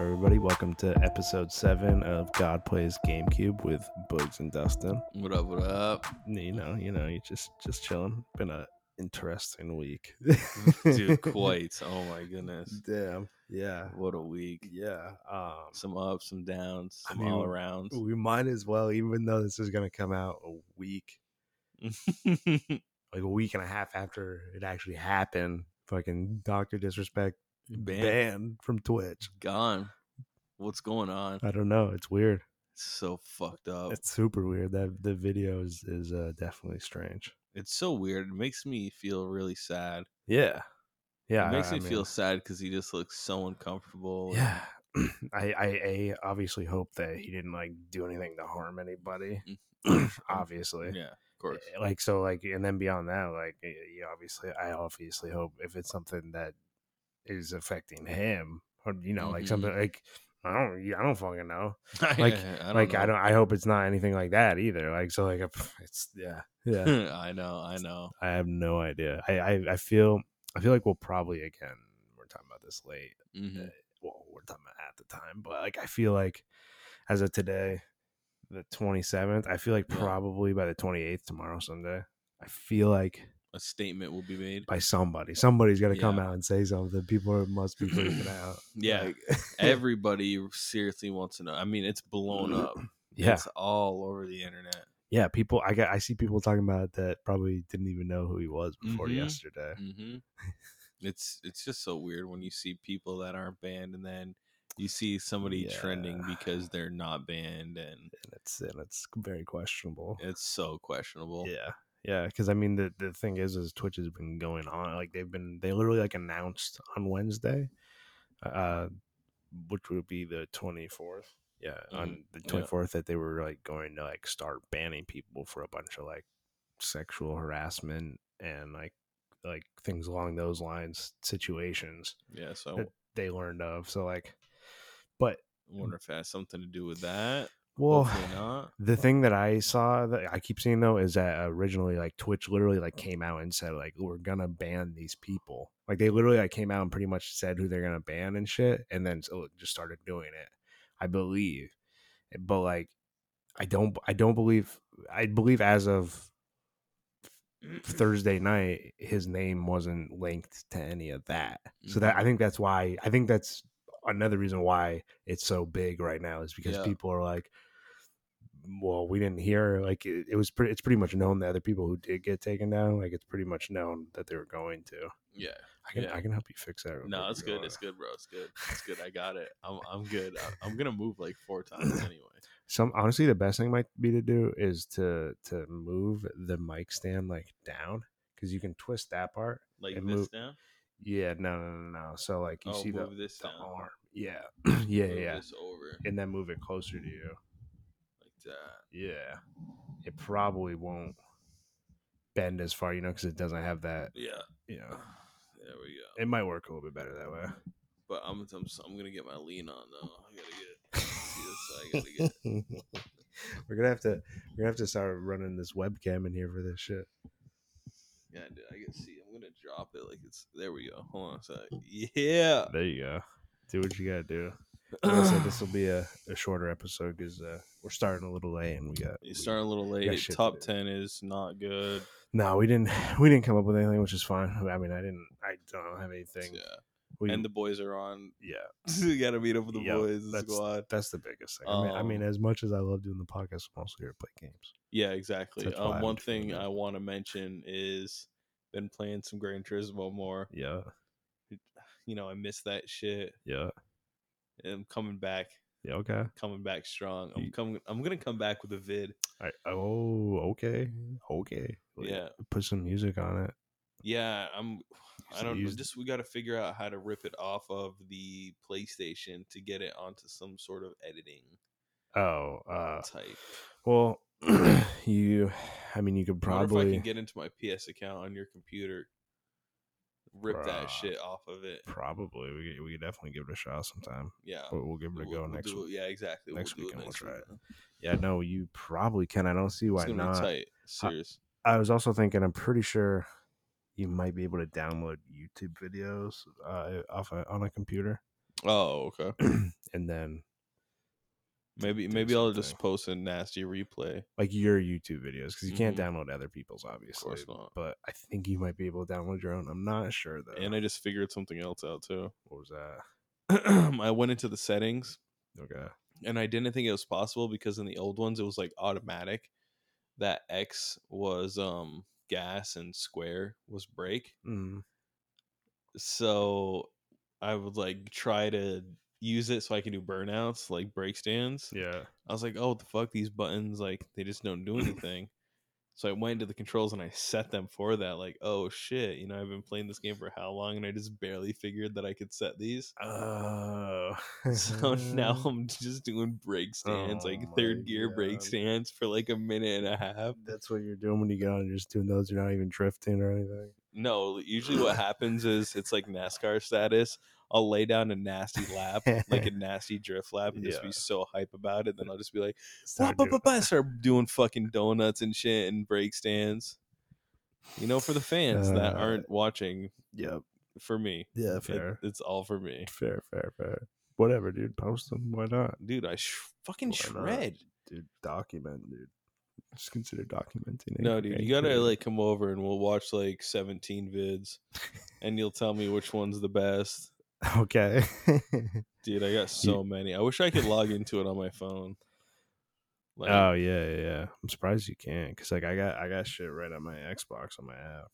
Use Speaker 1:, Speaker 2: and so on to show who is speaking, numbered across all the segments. Speaker 1: everybody. Welcome to episode seven of God Plays GameCube with Bugs and Dustin.
Speaker 2: What up? What up,
Speaker 1: You know, you know, you just just chilling. Been a interesting week,
Speaker 2: dude? Quite. Oh my goodness.
Speaker 1: Damn. Yeah.
Speaker 2: What a week.
Speaker 1: Yeah. Um,
Speaker 2: Some ups, some downs,
Speaker 1: I
Speaker 2: some
Speaker 1: mean,
Speaker 2: all arounds.
Speaker 1: we might as well, even though this is gonna come out a week, like a week and a half after it actually happened. Fucking Doctor Disrespect
Speaker 2: Bam.
Speaker 1: banned from Twitch.
Speaker 2: Gone. What's going on?
Speaker 1: I don't know. It's weird.
Speaker 2: It's so fucked
Speaker 1: Uh,
Speaker 2: up. It's,
Speaker 1: It's super weird. That the video is is uh, definitely strange.
Speaker 2: so weird. It makes me feel really sad.
Speaker 1: Yeah, yeah.
Speaker 2: it makes
Speaker 1: I-
Speaker 2: me
Speaker 1: I
Speaker 2: feel
Speaker 1: mean,
Speaker 2: sad because he just looks so uncomfortable. and-
Speaker 1: Yeah, I, I I obviously hope that he didn't like do anything to harm anybody. obviously,
Speaker 2: Mm-hmm.
Speaker 1: Eh,
Speaker 2: Yeah. Of course.
Speaker 1: like so, like and then beyond that, like y- you obviously, I obviously hope if it's something that is affecting him, or you know, like
Speaker 2: Mhm.
Speaker 1: something like I don't, I don't fucking know.
Speaker 2: like, I don't
Speaker 1: like I
Speaker 2: know.
Speaker 1: don't, I hope it's not anything like that either. Like so, like it's yeah, yeah.
Speaker 2: I know. I know.
Speaker 1: I have no idea. I, I I feel I feel like we'll probably again we're talking about this late.
Speaker 2: Mhm.
Speaker 1: Well, we're talking about at the time, but like I feel like as of today, the twenty seventh, I feel like
Speaker 2: Yeah.
Speaker 1: probably by the twenty eighth tomorrow Sunday, I feel like
Speaker 2: A statement will be made.
Speaker 1: by somebody, somebody's got to come
Speaker 2: Yeah.
Speaker 1: out and say something. People are, must be freaking out.
Speaker 2: Yeah.
Speaker 1: Like-
Speaker 2: Everybody seriously wants to know. I mean, it's blown up.
Speaker 1: yeah,
Speaker 2: It's all over the internet.
Speaker 1: yeah. People, I got I see people talking about it that probably didn't even know who he was before
Speaker 2: Mhm.
Speaker 1: yesterday.
Speaker 2: hmm it's it's just so weird when you see people that aren't banned and then you see somebody trending
Speaker 1: Yeah.
Speaker 2: because they're not banned and
Speaker 1: And it's and it's very questionable.
Speaker 2: it's so questionable.
Speaker 1: Yeah. Yeah, because I mean the, the thing is is Twitch has been going on like they've been they literally like announced on Wednesday, uh, which would be the twenty fourth. Yeah, on the
Speaker 2: Mm-hmm. yeah.
Speaker 1: twenty fourth that they were like going to like start banning people for a bunch of like sexual harassment and like like things along those lines situations
Speaker 2: Yeah, so
Speaker 1: that they learned of. So like, but
Speaker 2: I wonder if it has something to do with that.
Speaker 1: well,
Speaker 2: Hopefully not.
Speaker 1: the thing that I saw that I keep seeing though is that originally like Twitch literally like came out and said like we're gonna ban these people. Like they literally like came out and pretty much said who they're gonna ban and shit, and then so, just started doing it. I believe, but like I don't I don't believe I believe as of Thursday night his name wasn't linked to any of that. So that I think that's why I think that's another reason why it's so big right now is because
Speaker 2: Yeah.
Speaker 1: people are like well we didn't hear like it, it was pretty it's pretty much known that other people who did get taken down like it's pretty much known that they were going to
Speaker 2: Yeah.
Speaker 1: i can
Speaker 2: Yeah.
Speaker 1: i can help you fix that real
Speaker 2: No,
Speaker 1: quick
Speaker 2: it's
Speaker 1: if you
Speaker 2: good.
Speaker 1: want.
Speaker 2: It's good, bro. It's good. It's good. I got it. I'm I'm good. I- I'm gonna move like four times anyway.
Speaker 1: some honestly the best thing might be to do is to to move the mic stand like down because you can twist that part
Speaker 2: Like
Speaker 1: And
Speaker 2: this
Speaker 1: move-
Speaker 2: down.
Speaker 1: yeah no no no no so like you
Speaker 2: oh,
Speaker 1: see
Speaker 2: move
Speaker 1: the,
Speaker 2: this
Speaker 1: the
Speaker 2: down.
Speaker 1: arm yeah yeah yeah
Speaker 2: Move
Speaker 1: yeah.
Speaker 2: this over
Speaker 1: and then move it closer to you
Speaker 2: like that.
Speaker 1: Yeah. It probably won't bend as far, you know, because it doesn't have that,
Speaker 2: Yeah.
Speaker 1: you know.
Speaker 2: There we go.
Speaker 1: It might work a little bit better that way.
Speaker 2: But I'm I'm, I'm gonna get my lean on though. I gotta get see this. I gotta get.
Speaker 1: we're gonna have to we're gonna have to start running this webcam in here for this shit.
Speaker 2: Yeah, dude. I can see. I'm gonna drop it like it's. There we go. Hold on a sec. Yeah.
Speaker 1: There you go. Do what you gotta do. Like I said, this will be a, a shorter episode because uh, we're starting a little late and we got
Speaker 2: You starting a little
Speaker 1: got
Speaker 2: late.
Speaker 1: shit to
Speaker 2: Top
Speaker 1: do.
Speaker 2: ten is not good.
Speaker 1: No, we didn't we didn't come up with anything, which is fine. I mean I didn't I don't have anything.
Speaker 2: Yeah.
Speaker 1: We,
Speaker 2: And the boys are on.
Speaker 1: yeah.
Speaker 2: you gotta meet up with the
Speaker 1: Yo,
Speaker 2: boys the
Speaker 1: that's-
Speaker 2: squad.
Speaker 1: That's the biggest thing. I mean, I mean,
Speaker 2: Um,
Speaker 1: as much as I love doing the podcast, I'm also here to play games.
Speaker 2: Yeah, exactly.
Speaker 1: That's why
Speaker 2: Um,
Speaker 1: I'm
Speaker 2: one
Speaker 1: doing
Speaker 2: thing
Speaker 1: it.
Speaker 2: I want to mention is been playing some Gran Turismo more.
Speaker 1: Yeah,
Speaker 2: You know, I miss that shit.
Speaker 1: yeah,
Speaker 2: I'm coming back,
Speaker 1: yeah. Okay.
Speaker 2: coming back strong.
Speaker 1: You-
Speaker 2: I'm coming. I'm gonna come back with a vid.
Speaker 1: I, oh, okay, okay. Like,
Speaker 2: Yeah.
Speaker 1: Put some music on it.
Speaker 2: Yeah, I'm. I
Speaker 1: So
Speaker 2: don't know.
Speaker 1: use-
Speaker 2: Just we got to figure out how to rip it off of the PlayStation to get it onto some sort of editing
Speaker 1: Oh, uh,
Speaker 2: type.
Speaker 1: well, you. I mean, you could
Speaker 2: Probably. if I
Speaker 1: probably
Speaker 2: can get into my PS account on your computer, rip
Speaker 1: Bruh.
Speaker 2: that shit off of it.
Speaker 1: probably we could- we could definitely give it a shot sometime.
Speaker 2: Yeah.
Speaker 1: But we'll give it a
Speaker 2: We'll-
Speaker 1: go
Speaker 2: we'll
Speaker 1: next
Speaker 2: do
Speaker 1: week.
Speaker 2: it- Yeah, exactly.
Speaker 1: next
Speaker 2: do it
Speaker 1: weekend we'll try it.
Speaker 2: weekend.
Speaker 1: Yeah, no, you probably can. I don't see why
Speaker 2: it's gonna
Speaker 1: not.
Speaker 2: be tight. Serious.
Speaker 1: I was also thinking, I'm pretty sure you might be able to download YouTube videos uh, off a, on a computer.
Speaker 2: oh, okay.
Speaker 1: and and then
Speaker 2: Maybe
Speaker 1: do
Speaker 2: maybe I'll
Speaker 1: something.
Speaker 2: just post a nasty replay.
Speaker 1: like your YouTube videos because you can't
Speaker 2: Mhm.
Speaker 1: download other people's, obviously.
Speaker 2: not.
Speaker 1: But I think you might be able to download your own. I'm not sure though.
Speaker 2: And I just figured something else out too.
Speaker 1: what was that?
Speaker 2: I went into the settings
Speaker 1: Okay.
Speaker 2: and I didn't think it was possible because in the old ones it was like automatic that X was um gas and square was brake.
Speaker 1: Mm.
Speaker 2: So I would like try to use it so I can do burnouts like brake stands.
Speaker 1: Yeah.
Speaker 2: I was like, oh, what the fuck? These buttons, like, they just don't do anything. so I went into the controls and I set them for that. Like, oh, shit. You know, I've been playing this game for how long? And I just barely figured that I could set these.
Speaker 1: Oh.
Speaker 2: So now I'm just doing brake stands,
Speaker 1: Mm. Oh
Speaker 2: like
Speaker 1: my
Speaker 2: third gear brake
Speaker 1: God.
Speaker 2: stands for like a minute and a half.
Speaker 1: that's what you're doing when you get on. You're just doing those. You're not even drifting or anything.
Speaker 2: No, usually what happens is it's like NASCAR status. I'll lay down a nasty lap, like a nasty drift lap, and just
Speaker 1: Yeah.
Speaker 2: be so hype about it. Then I'll just be like,
Speaker 1: Start
Speaker 2: Stop,
Speaker 1: doing
Speaker 2: up, up, up, start doing fucking donuts and shit and break stands. You know, for the fans that
Speaker 1: Uh,
Speaker 2: aren't watching,
Speaker 1: Yep.
Speaker 2: for me,
Speaker 1: Yeah.
Speaker 2: it-
Speaker 1: Fair.
Speaker 2: it's all for me,
Speaker 1: fair. Fair. Fair. Whatever, dude. Post them. Why not,
Speaker 2: dude. I sh- fucking
Speaker 1: Why not?
Speaker 2: shred.
Speaker 1: dude? Document, dude. Just consider documenting.
Speaker 2: No, dude, you gotta like come over and we'll watch like seventeen vids, and you'll tell me which one's the best.
Speaker 1: Okay.
Speaker 2: Dude, I got so many. I wish I could log into it on my phone. Like,
Speaker 1: oh yeah, yeah, yeah. I'm surprised you can't, cause like I got I got shit right on my Xbox on my app.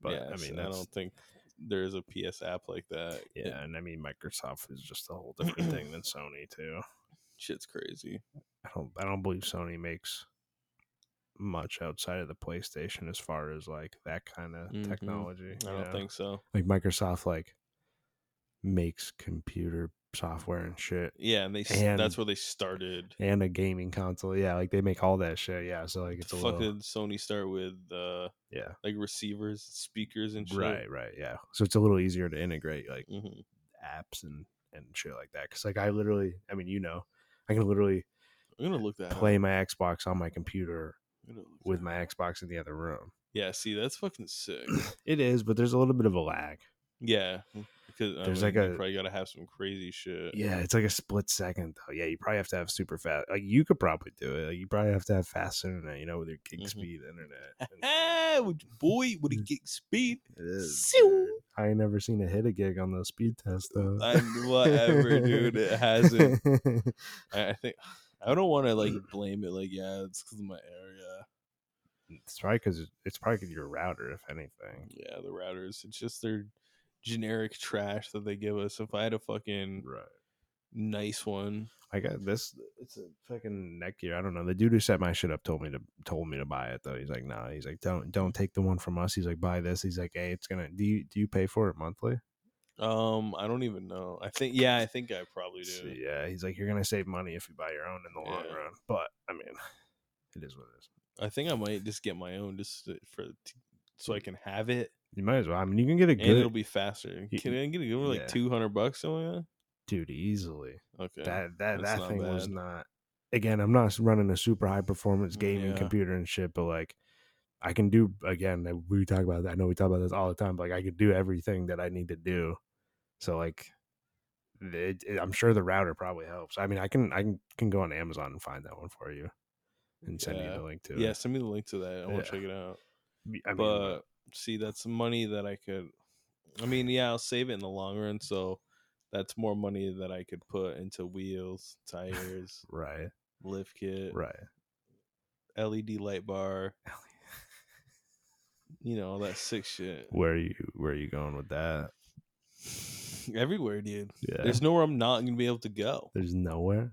Speaker 1: But I
Speaker 2: yes,
Speaker 1: mean,
Speaker 2: I
Speaker 1: that's,
Speaker 2: don't think there's a PS app like that. It-
Speaker 1: yeah, and I mean Microsoft is just a whole different thing than Sony too.
Speaker 2: shit's crazy.
Speaker 1: I don't I don't believe Sony makes much outside of the PlayStation as far as like that kind of
Speaker 2: Mhm.
Speaker 1: technology.
Speaker 2: I
Speaker 1: you
Speaker 2: don't
Speaker 1: know?
Speaker 2: think so.
Speaker 1: like Microsoft like makes computer software and shit
Speaker 2: Yeah, and they s
Speaker 1: And-
Speaker 2: that's where they started.
Speaker 1: and a gaming console. Yeah, like they make all that shit. Yeah, so like
Speaker 2: The
Speaker 1: it's a
Speaker 2: fuck
Speaker 1: little
Speaker 2: did Sony start with? Uh,
Speaker 1: yeah.
Speaker 2: like receivers, speakers, and shit.
Speaker 1: Right, right, yeah. So it's a little easier to integrate like
Speaker 2: Mhm.
Speaker 1: apps and and shit like that. Cause like I literally, I mean, you know, I can literally
Speaker 2: I'm gonna look that.
Speaker 1: play
Speaker 2: up.
Speaker 1: my Xbox on my computer
Speaker 2: I'm gonna look
Speaker 1: with
Speaker 2: that
Speaker 1: my
Speaker 2: up.
Speaker 1: Xbox in the other room.
Speaker 2: Yeah, see, that's fucking sick.
Speaker 1: It is, but there's a little bit of a lag.
Speaker 2: yeah, because I
Speaker 1: There's
Speaker 2: mean,
Speaker 1: like
Speaker 2: you
Speaker 1: a-
Speaker 2: probably gotta have some crazy shit.
Speaker 1: Yeah, it's like a split second though. Yeah, you probably have to have super fast. Like you could probably do it. Like you probably have to have fast internet, you know, with your gig
Speaker 2: Mhm.
Speaker 1: speed internet. and shit.
Speaker 2: Ah, would you- boy, would it get speed?
Speaker 1: It Mm. is,
Speaker 2: Siu.
Speaker 1: dude. I ain't never seen it hit a gig on the speed test though.
Speaker 2: I, whatever, dude. It hasn't. I, I think I don't want to like blame it. Like, yeah, it's because of my area.
Speaker 1: it's probably because it's probably 'cause your router, if anything.
Speaker 2: Yeah, the routers. It's just their generic trash that they give us. If I had a fucking
Speaker 1: Right.
Speaker 2: nice one,
Speaker 1: I got uh, this. It's a fucking Netgear. I don't know. The dude who set my shit up told me to told me to buy it though. He's like, nah. He's like, don't don't take the one from us. He's like, buy this. He's like, hey, it's gonna. Do you do you pay for it monthly?
Speaker 2: Um, I don't even know. I think yeah, I think I probably do.
Speaker 1: So, yeah. He's like, you're gonna save money if you buy your own in the long
Speaker 2: Yeah.
Speaker 1: run. But I mean, it is what it is.
Speaker 2: I think I might just get my own just to- for t- so I can have it
Speaker 1: You might as well. I mean, you can get a
Speaker 2: and it'll
Speaker 1: good
Speaker 2: be faster.
Speaker 1: You-
Speaker 2: Can I get it over like
Speaker 1: yeah.
Speaker 2: two hundred bucks something like
Speaker 1: dude easily.
Speaker 2: that? Okay.
Speaker 1: That that
Speaker 2: that's
Speaker 1: that
Speaker 2: not
Speaker 1: thing was
Speaker 2: bad.
Speaker 1: not. Again, I'm not running a super high performance
Speaker 2: Mm,
Speaker 1: gaming
Speaker 2: yeah.
Speaker 1: computer and shit, but like. I can do again. We talk about. that. I know we talk about this all the time. But like I could do everything that I need to do. So like, it, it- I'm sure the router probably helps. I mean, I can I can, can go on Amazon and find that one for you, and send
Speaker 2: Yeah.
Speaker 1: you the link to
Speaker 2: yeah,
Speaker 1: it.
Speaker 2: send me the link to that. I want
Speaker 1: Yeah.
Speaker 2: to check it out.
Speaker 1: I mean, uh,
Speaker 2: but see, that's money that I could. I mean, yeah, I'll save it in the long run. So that's more money that I could put into wheels, tires,
Speaker 1: right,
Speaker 2: lift kit,
Speaker 1: right. E
Speaker 2: LED light bar. You know all that sick shit.
Speaker 1: Where are you Where are you going with that?
Speaker 2: Everywhere, dude.
Speaker 1: Yeah,
Speaker 2: There's
Speaker 1: there's,
Speaker 2: nowhere I'm not gonna be able to go.
Speaker 1: nowhere.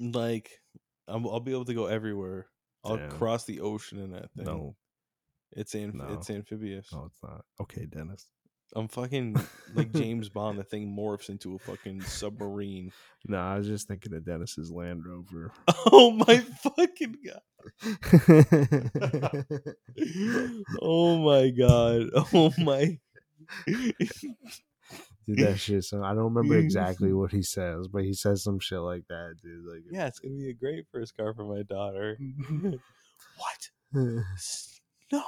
Speaker 2: Like, I'm, I'll be able to go everywhere. I'll
Speaker 1: Damn.
Speaker 2: cross the ocean in that thing.
Speaker 1: No,
Speaker 2: it's amph-
Speaker 1: no.
Speaker 2: it's amphibious.
Speaker 1: no, it's not. Okay, Dennis.
Speaker 2: I'm fucking like James Bond. The thing morphs into a fucking submarine.
Speaker 1: No, I was just thinking of Dennis's Land Rover.
Speaker 2: Oh my fucking god! Oh my god! Oh my!
Speaker 1: Dude, that shit. So I don't remember exactly what he says, but he says some shit like that, dude. Like,
Speaker 2: Yeah, it's gonna be a great first car for my daughter. what? S- No,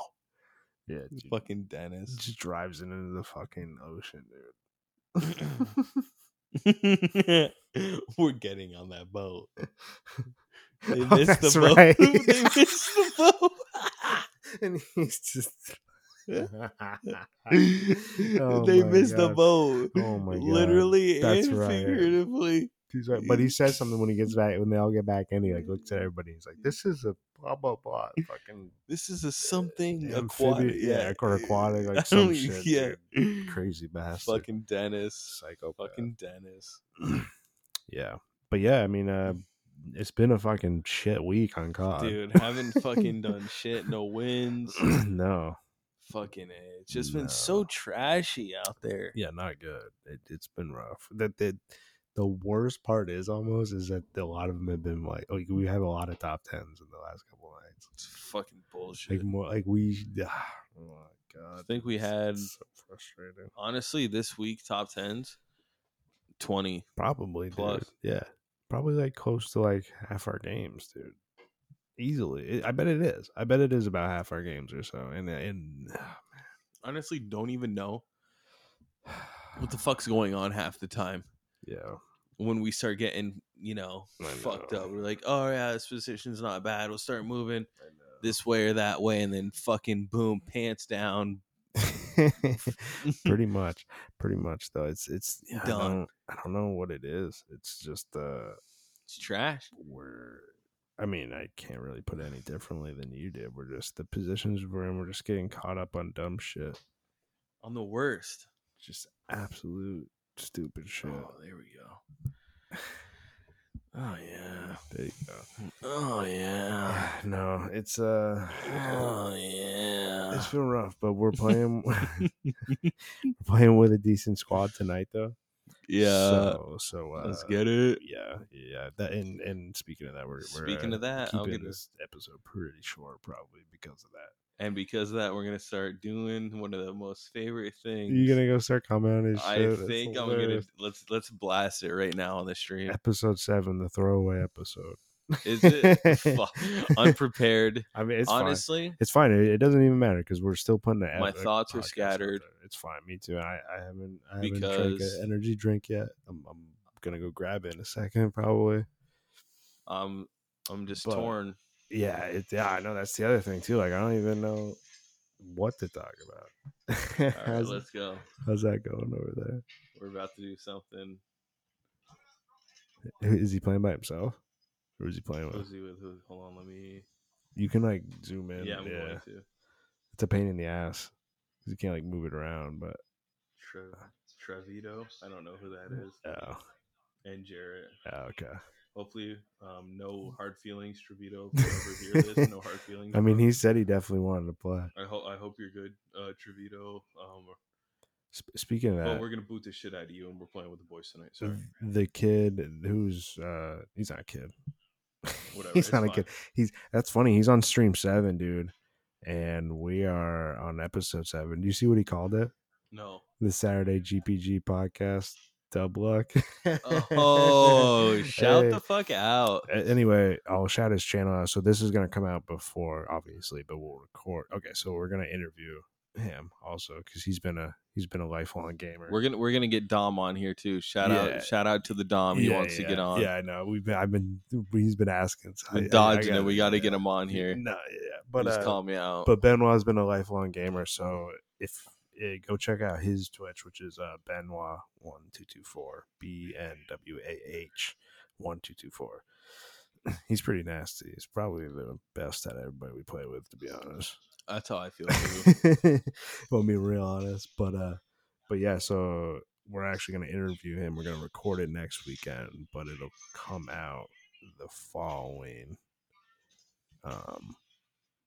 Speaker 1: yeah, dude,
Speaker 2: fucking Dennis.
Speaker 1: just drives it into the fucking ocean, dude.
Speaker 2: We're getting on that boat. They missed
Speaker 1: that's
Speaker 2: the boat.
Speaker 1: right.
Speaker 2: they missed the boat.
Speaker 1: and he's just. Oh
Speaker 2: they
Speaker 1: my
Speaker 2: missed the
Speaker 1: God.
Speaker 2: boat.
Speaker 1: Oh my God.
Speaker 2: Literally
Speaker 1: That's
Speaker 2: and
Speaker 1: right.
Speaker 2: figuratively.
Speaker 1: He's right, but he says something when he gets back. When they all get back in, he like looks at everybody. He's like, "This is a blah blah blah, fucking
Speaker 2: This is a something
Speaker 1: Amphibious-
Speaker 2: aquatic.
Speaker 1: Uh, yeah, aqua- aquatic, like
Speaker 2: I
Speaker 1: some
Speaker 2: don't-
Speaker 1: shit,
Speaker 2: Yeah.
Speaker 1: crazy bastard,
Speaker 2: Fucking Dennis.
Speaker 1: psycho,
Speaker 2: Fucking Dennis.
Speaker 1: yeah." But yeah, I mean, uh, it's been a fucking shit week on COD.
Speaker 2: Dude, haven't fucking done shit. No wins.
Speaker 1: no,
Speaker 2: fucking A. It's just been so
Speaker 1: No.
Speaker 2: trashy out there.
Speaker 1: yeah, not good. It, it's been rough. That the the worst part is almost is that a lot of them have been like, like we have a lot of top tens in the last couple nights.
Speaker 2: It's fucking bullshit.
Speaker 1: Like more, like we. oh my
Speaker 2: I
Speaker 1: god!
Speaker 2: think we had
Speaker 1: It's so frustrating.
Speaker 2: honestly this week top tens, twenty.
Speaker 1: Probably dude.
Speaker 2: Plus.
Speaker 1: Yeah. Probably like close to like half our games, dude. Easily. It- I bet it is. I bet it is about half our games or so. And and
Speaker 2: Honestly, don't even know what the fuck's going on half the time.
Speaker 1: yeah.
Speaker 2: When we start getting, you know,
Speaker 1: I
Speaker 2: fucked
Speaker 1: know.
Speaker 2: up, we're like, oh yeah, this position's not bad. We'll start moving
Speaker 1: This
Speaker 2: this way or that way, and then fucking boom, pants down.
Speaker 1: pretty much. Pretty much though. It's it's yeah, I
Speaker 2: Done.
Speaker 1: don't I don't know what it is. It's just uh
Speaker 2: It's trash.
Speaker 1: we're I mean, I can't really put it any differently than you did. We're just the positions we're in, we're just getting caught up on dumb shit.
Speaker 2: I'm the worst.
Speaker 1: Just absolute stupid shit.
Speaker 2: Oh, there we go. Oh yeah.
Speaker 1: There you go.
Speaker 2: Oh yeah.
Speaker 1: no, it's uh,
Speaker 2: Oh yeah.
Speaker 1: it's been rough, but we're playing we're playing with a decent squad tonight, though. so, so uh,
Speaker 2: let's get it.
Speaker 1: Yeah, yeah. That and and speaking of that, we're, we're
Speaker 2: Speaking
Speaker 1: uh,
Speaker 2: of that, I'll
Speaker 1: keeping
Speaker 2: get
Speaker 1: this episode pretty short, probably because of that.
Speaker 2: And because of that, we're gonna start doing one of the most favorite things.
Speaker 1: You gonna go start commenting?
Speaker 2: I think I'm gonna let's let's blast it right now on the stream.
Speaker 1: episode seven, the throwaway episode.
Speaker 2: Is it Fuck. unprepared?
Speaker 1: I mean, it's fine.
Speaker 2: Honestly,
Speaker 1: It's fine. It, it doesn't even matter because we're still putting the.
Speaker 2: My
Speaker 1: ep-
Speaker 2: thoughts are
Speaker 1: podcast out
Speaker 2: scattered.
Speaker 1: there. It's fine. Me too. I, I haven't. I haven't drank
Speaker 2: Because-
Speaker 1: an energy drink yet. I'm, I'm gonna go grab it in a second, probably.
Speaker 2: I'm I'm just
Speaker 1: But-
Speaker 2: torn.
Speaker 1: Yeah. It, yeah. I know that's the other thing too. Like I don't even know what to talk about.
Speaker 2: All right,
Speaker 1: how's,
Speaker 2: let's go.
Speaker 1: how's that going over
Speaker 2: We're about to do something.
Speaker 1: there? Is he playing by himself, or is he playing with?
Speaker 2: Who's he with? Who- Hold on, let me.
Speaker 1: You can like zoom in. Yeah.
Speaker 2: Yeah, I'm going to.
Speaker 1: It's a pain in the ass. 'cause You can't like move it around, but
Speaker 2: Tre- Trevito. I don't know who that is.
Speaker 1: oh,
Speaker 2: And Jarrett.
Speaker 1: oh okay.
Speaker 2: Hopefully, um, no hard feelings, Trevito. If you ever hear this, no hard feelings.
Speaker 1: I mean,
Speaker 2: bro.
Speaker 1: he said he definitely wanted to play.
Speaker 2: I hope I hope you're good, uh, Trevito. Um,
Speaker 1: Sp- speaking of that,
Speaker 2: well, we're gonna boot the shit out of you, and we're playing with the boys tonight. Sorry,
Speaker 1: the kid who's uh he's not a kid.
Speaker 2: whatever.
Speaker 1: he's
Speaker 2: it's
Speaker 1: not a
Speaker 2: fine.
Speaker 1: kid. He's that's funny. He's on stream seven, dude, and we are on episode seven. Do you see what he called it?
Speaker 2: No.
Speaker 1: The Saturday GPG podcast dub luck.
Speaker 2: Oh, shout
Speaker 1: Hey.
Speaker 2: the fuck out!
Speaker 1: A- anyway, I'll shout his channel out. So this is gonna come out before, obviously, but we'll record. Okay, so we're gonna interview him also because he's been a he's been a lifelong gamer.
Speaker 2: We're gonna we're gonna get Dom on here too. Shout
Speaker 1: Yeah.
Speaker 2: out shout out to the Dom. He
Speaker 1: Yeah,
Speaker 2: wants
Speaker 1: yeah,
Speaker 2: to get on.
Speaker 1: Yeah, I know. We've been, I've been he's been asking. so
Speaker 2: We're
Speaker 1: I- I- I
Speaker 2: dodging it.
Speaker 1: gotta-
Speaker 2: We got to
Speaker 1: yeah.
Speaker 2: get him on here.
Speaker 1: No, yeah, but
Speaker 2: Just
Speaker 1: uh,
Speaker 2: call me out.
Speaker 1: but Benoit's been a lifelong gamer, so if eh, go check out his Twitch, which is uh, Benoit one two two four B N W A H one two two four. He's pretty nasty. He's probably the best at everybody we play with, to be honest.
Speaker 2: That's how I feel. Too.
Speaker 1: well, be real honest, but uh, but yeah, so we're actually gonna interview him. We're gonna record it next weekend, but it'll come out the following um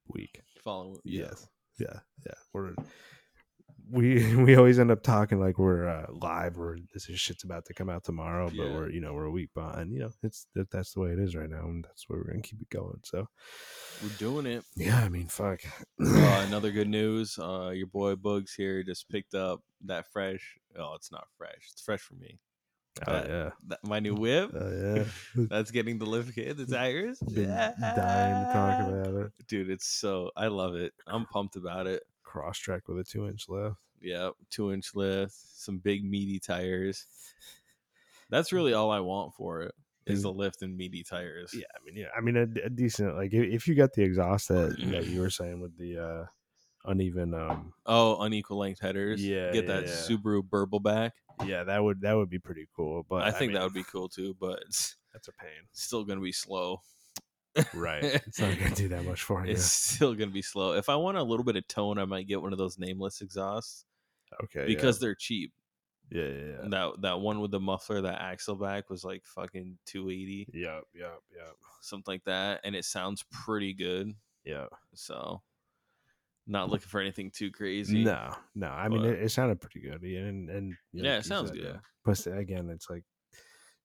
Speaker 1: week.
Speaker 2: Follow.
Speaker 1: Yes. Yeah, yeah. We're we we always end up talking like we're uh, live or this is shit's about to come out tomorrow, but
Speaker 2: Yeah.
Speaker 1: we're you know we're a week behind. You know it's that, that's the way it is right now, and that's where we're gonna keep it going. So
Speaker 2: We're doing it.
Speaker 1: yeah, I mean fuck.
Speaker 2: Uh, another good news. Uh, your boy Bugs here just picked up that fresh. Oh, it's not fresh. It's fresh for me.
Speaker 1: oh yeah,
Speaker 2: That, my new whip.
Speaker 1: oh yeah.
Speaker 2: That's getting delivered. It's Iris.
Speaker 1: Been dying to talk about it.
Speaker 2: Dude, it's so I love it. I'm pumped about it.
Speaker 1: Cross track with a two inch left.
Speaker 2: Yeah, two inch lift, some big meaty tires. That's really all I want for it is
Speaker 1: Mhm.
Speaker 2: the lift and meaty tires.
Speaker 1: Yeah, I mean, yeah, I mean, a, d- a decent like if, if you got the exhaust that, that you were saying with the uh uneven, um
Speaker 2: Oh, unequal length headers.
Speaker 1: Yeah,
Speaker 2: Get
Speaker 1: yeah,
Speaker 2: that
Speaker 1: yeah.
Speaker 2: Subaru burble back.
Speaker 1: yeah, that would that would be pretty cool. But
Speaker 2: I think
Speaker 1: mean,
Speaker 2: that would be cool too, but it's
Speaker 1: that's a pain,
Speaker 2: still gonna be slow.
Speaker 1: right? It's not gonna do that much for you.
Speaker 2: It's still gonna be slow. If I want a little bit of tone, I might get one of those nameless exhausts
Speaker 1: Okay,
Speaker 2: because they're cheap.
Speaker 1: yeah, yeah, yeah, yeah.
Speaker 2: That that one with the muffler, that axle back was like fucking two eighty,
Speaker 1: Yep, yep, yep,
Speaker 2: something like that, and it sounds pretty good.
Speaker 1: yep.
Speaker 2: So, not looking for anything too crazy.
Speaker 1: No, no. I mean,
Speaker 2: But-
Speaker 1: it, it sounded pretty good, yeah, and and
Speaker 2: Yeah,
Speaker 1: like
Speaker 2: it
Speaker 1: you
Speaker 2: sounds
Speaker 1: said,
Speaker 2: good.
Speaker 1: yeah. Plus, again, it's like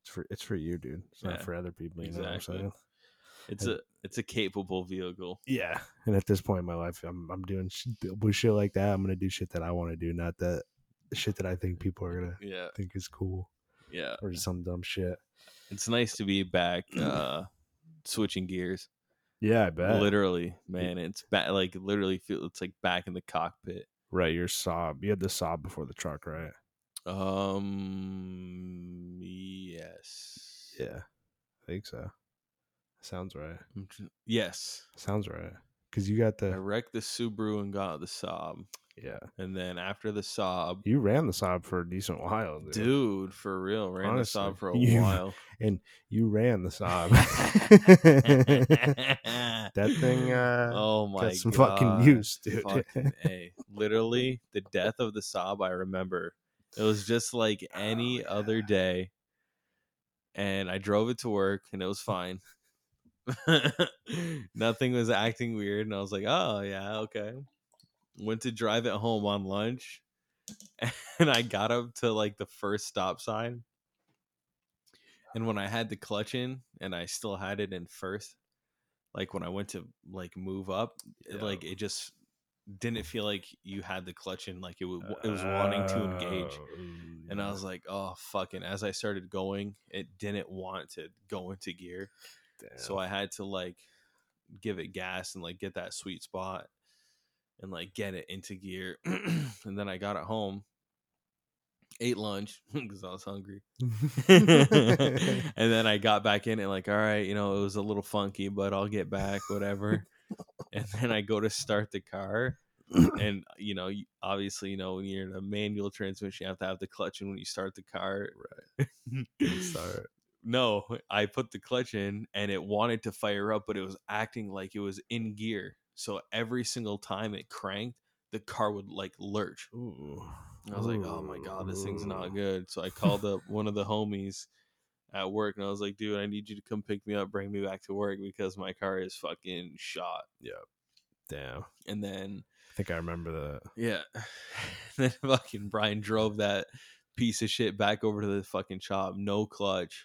Speaker 1: it's for it's for you, dude. It's not
Speaker 2: Yeah,
Speaker 1: for other people. You know what I'm
Speaker 2: exactly.
Speaker 1: saying?
Speaker 2: It's a it's a capable vehicle.
Speaker 1: Yeah. And at this point in my life, I'm I'm doing sh- with shit like that. I'm gonna do shit that I want to do, not that shit that I think people are gonna
Speaker 2: Yeah,
Speaker 1: think is cool
Speaker 2: yeah.
Speaker 1: or some dumb shit.
Speaker 2: It's nice to be back uh switching gears.
Speaker 1: Yeah, I bet.
Speaker 2: Literally, man, it's back like literally feel it's like back in the cockpit.
Speaker 1: right, your sob. You had the sob before the truck, right?
Speaker 2: Um yes.
Speaker 1: Yeah, I think so. Sounds right.
Speaker 2: I'm tr- Yes.
Speaker 1: Sounds right. Cause you got
Speaker 2: I
Speaker 1: the
Speaker 2: wrecked the Subaru and got the Saab.
Speaker 1: yeah.
Speaker 2: And then after the Saab,
Speaker 1: You ran the sob for a decent while, dude.
Speaker 2: dude, for real, ran
Speaker 1: Honestly,
Speaker 2: the Saab for a
Speaker 1: you-
Speaker 2: while.
Speaker 1: You ran the sob.
Speaker 2: that
Speaker 1: thing, uh,
Speaker 2: oh my
Speaker 1: got some
Speaker 2: God.
Speaker 1: fucking use, dude.
Speaker 2: Fucking A. Literally, the death of the Saab, I remember. It was just like any
Speaker 1: Oh, yeah.
Speaker 2: other day. And I drove it to work and it was fine. Nothing was acting weird. And I was like, oh, yeah, okay. Went to drive it home on lunch. And I got up to like the first stop sign. And when I had the clutch in and I still had it in first, like when I went to like move up, it,
Speaker 1: Yeah.
Speaker 2: like it just didn't feel like you had the clutch in like it was it was wanting to
Speaker 1: Oh,
Speaker 2: engage and i was like oh fucking as i started going it didn't want to go into gear so i had to like give it gas and like get that sweet spot and like get it into gear and then i got it home ate lunch because i was hungry and then I got back in and like, all right, you know, it was a little funky, but I'll get back, whatever. and then I go to start the car, and you know, you- obviously, you know, when you're in a manual transmission, you have to have the clutch in when you start the car. Right.
Speaker 1: Sorry.
Speaker 2: no, I put the clutch in, and it wanted to fire up, but it was acting like it was in gear. So every single time it cranked, the car would like lurch.
Speaker 1: Ooh.
Speaker 2: And I was like, oh my god, this thing's
Speaker 1: Ooh.
Speaker 2: not good. So I called up one of the homies at work and I was like, dude, I need you to come pick me up, bring me back to work because my car is fucking shot.
Speaker 1: Damn. I
Speaker 2: And then
Speaker 1: think I remember that.
Speaker 2: yeah. then fucking Brian drove that piece of shit back over to the fucking shop, no clutch,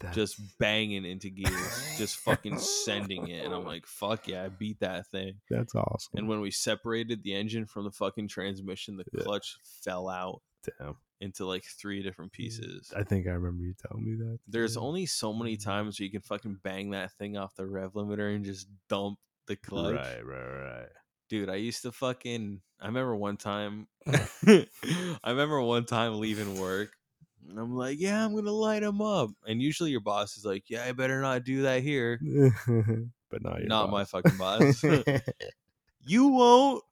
Speaker 1: That-
Speaker 2: just banging into gears, just fucking sending it. And I'm like, fuck yeah, I beat that thing.
Speaker 1: that's awesome.
Speaker 2: And when we separated the engine from the fucking transmission, the
Speaker 1: Yeah.
Speaker 2: clutch fell out
Speaker 1: Damn.
Speaker 2: into like three different
Speaker 1: Mm,
Speaker 2: pieces.
Speaker 1: I think I remember you telling me that.
Speaker 2: There's
Speaker 1: dude.
Speaker 2: only so many
Speaker 1: Mm.
Speaker 2: times where you can fucking bang that thing off the rev limiter and just dump the clutch.
Speaker 1: Right, right, right.
Speaker 2: Dude, I used to fucking I remember one time I remember one time leaving work and I'm like, yeah, I'm gonna light him up. And usually your boss is like, yeah, I better not do that here.
Speaker 1: but not your
Speaker 2: Not my
Speaker 1: boss.
Speaker 2: fucking boss. you won't.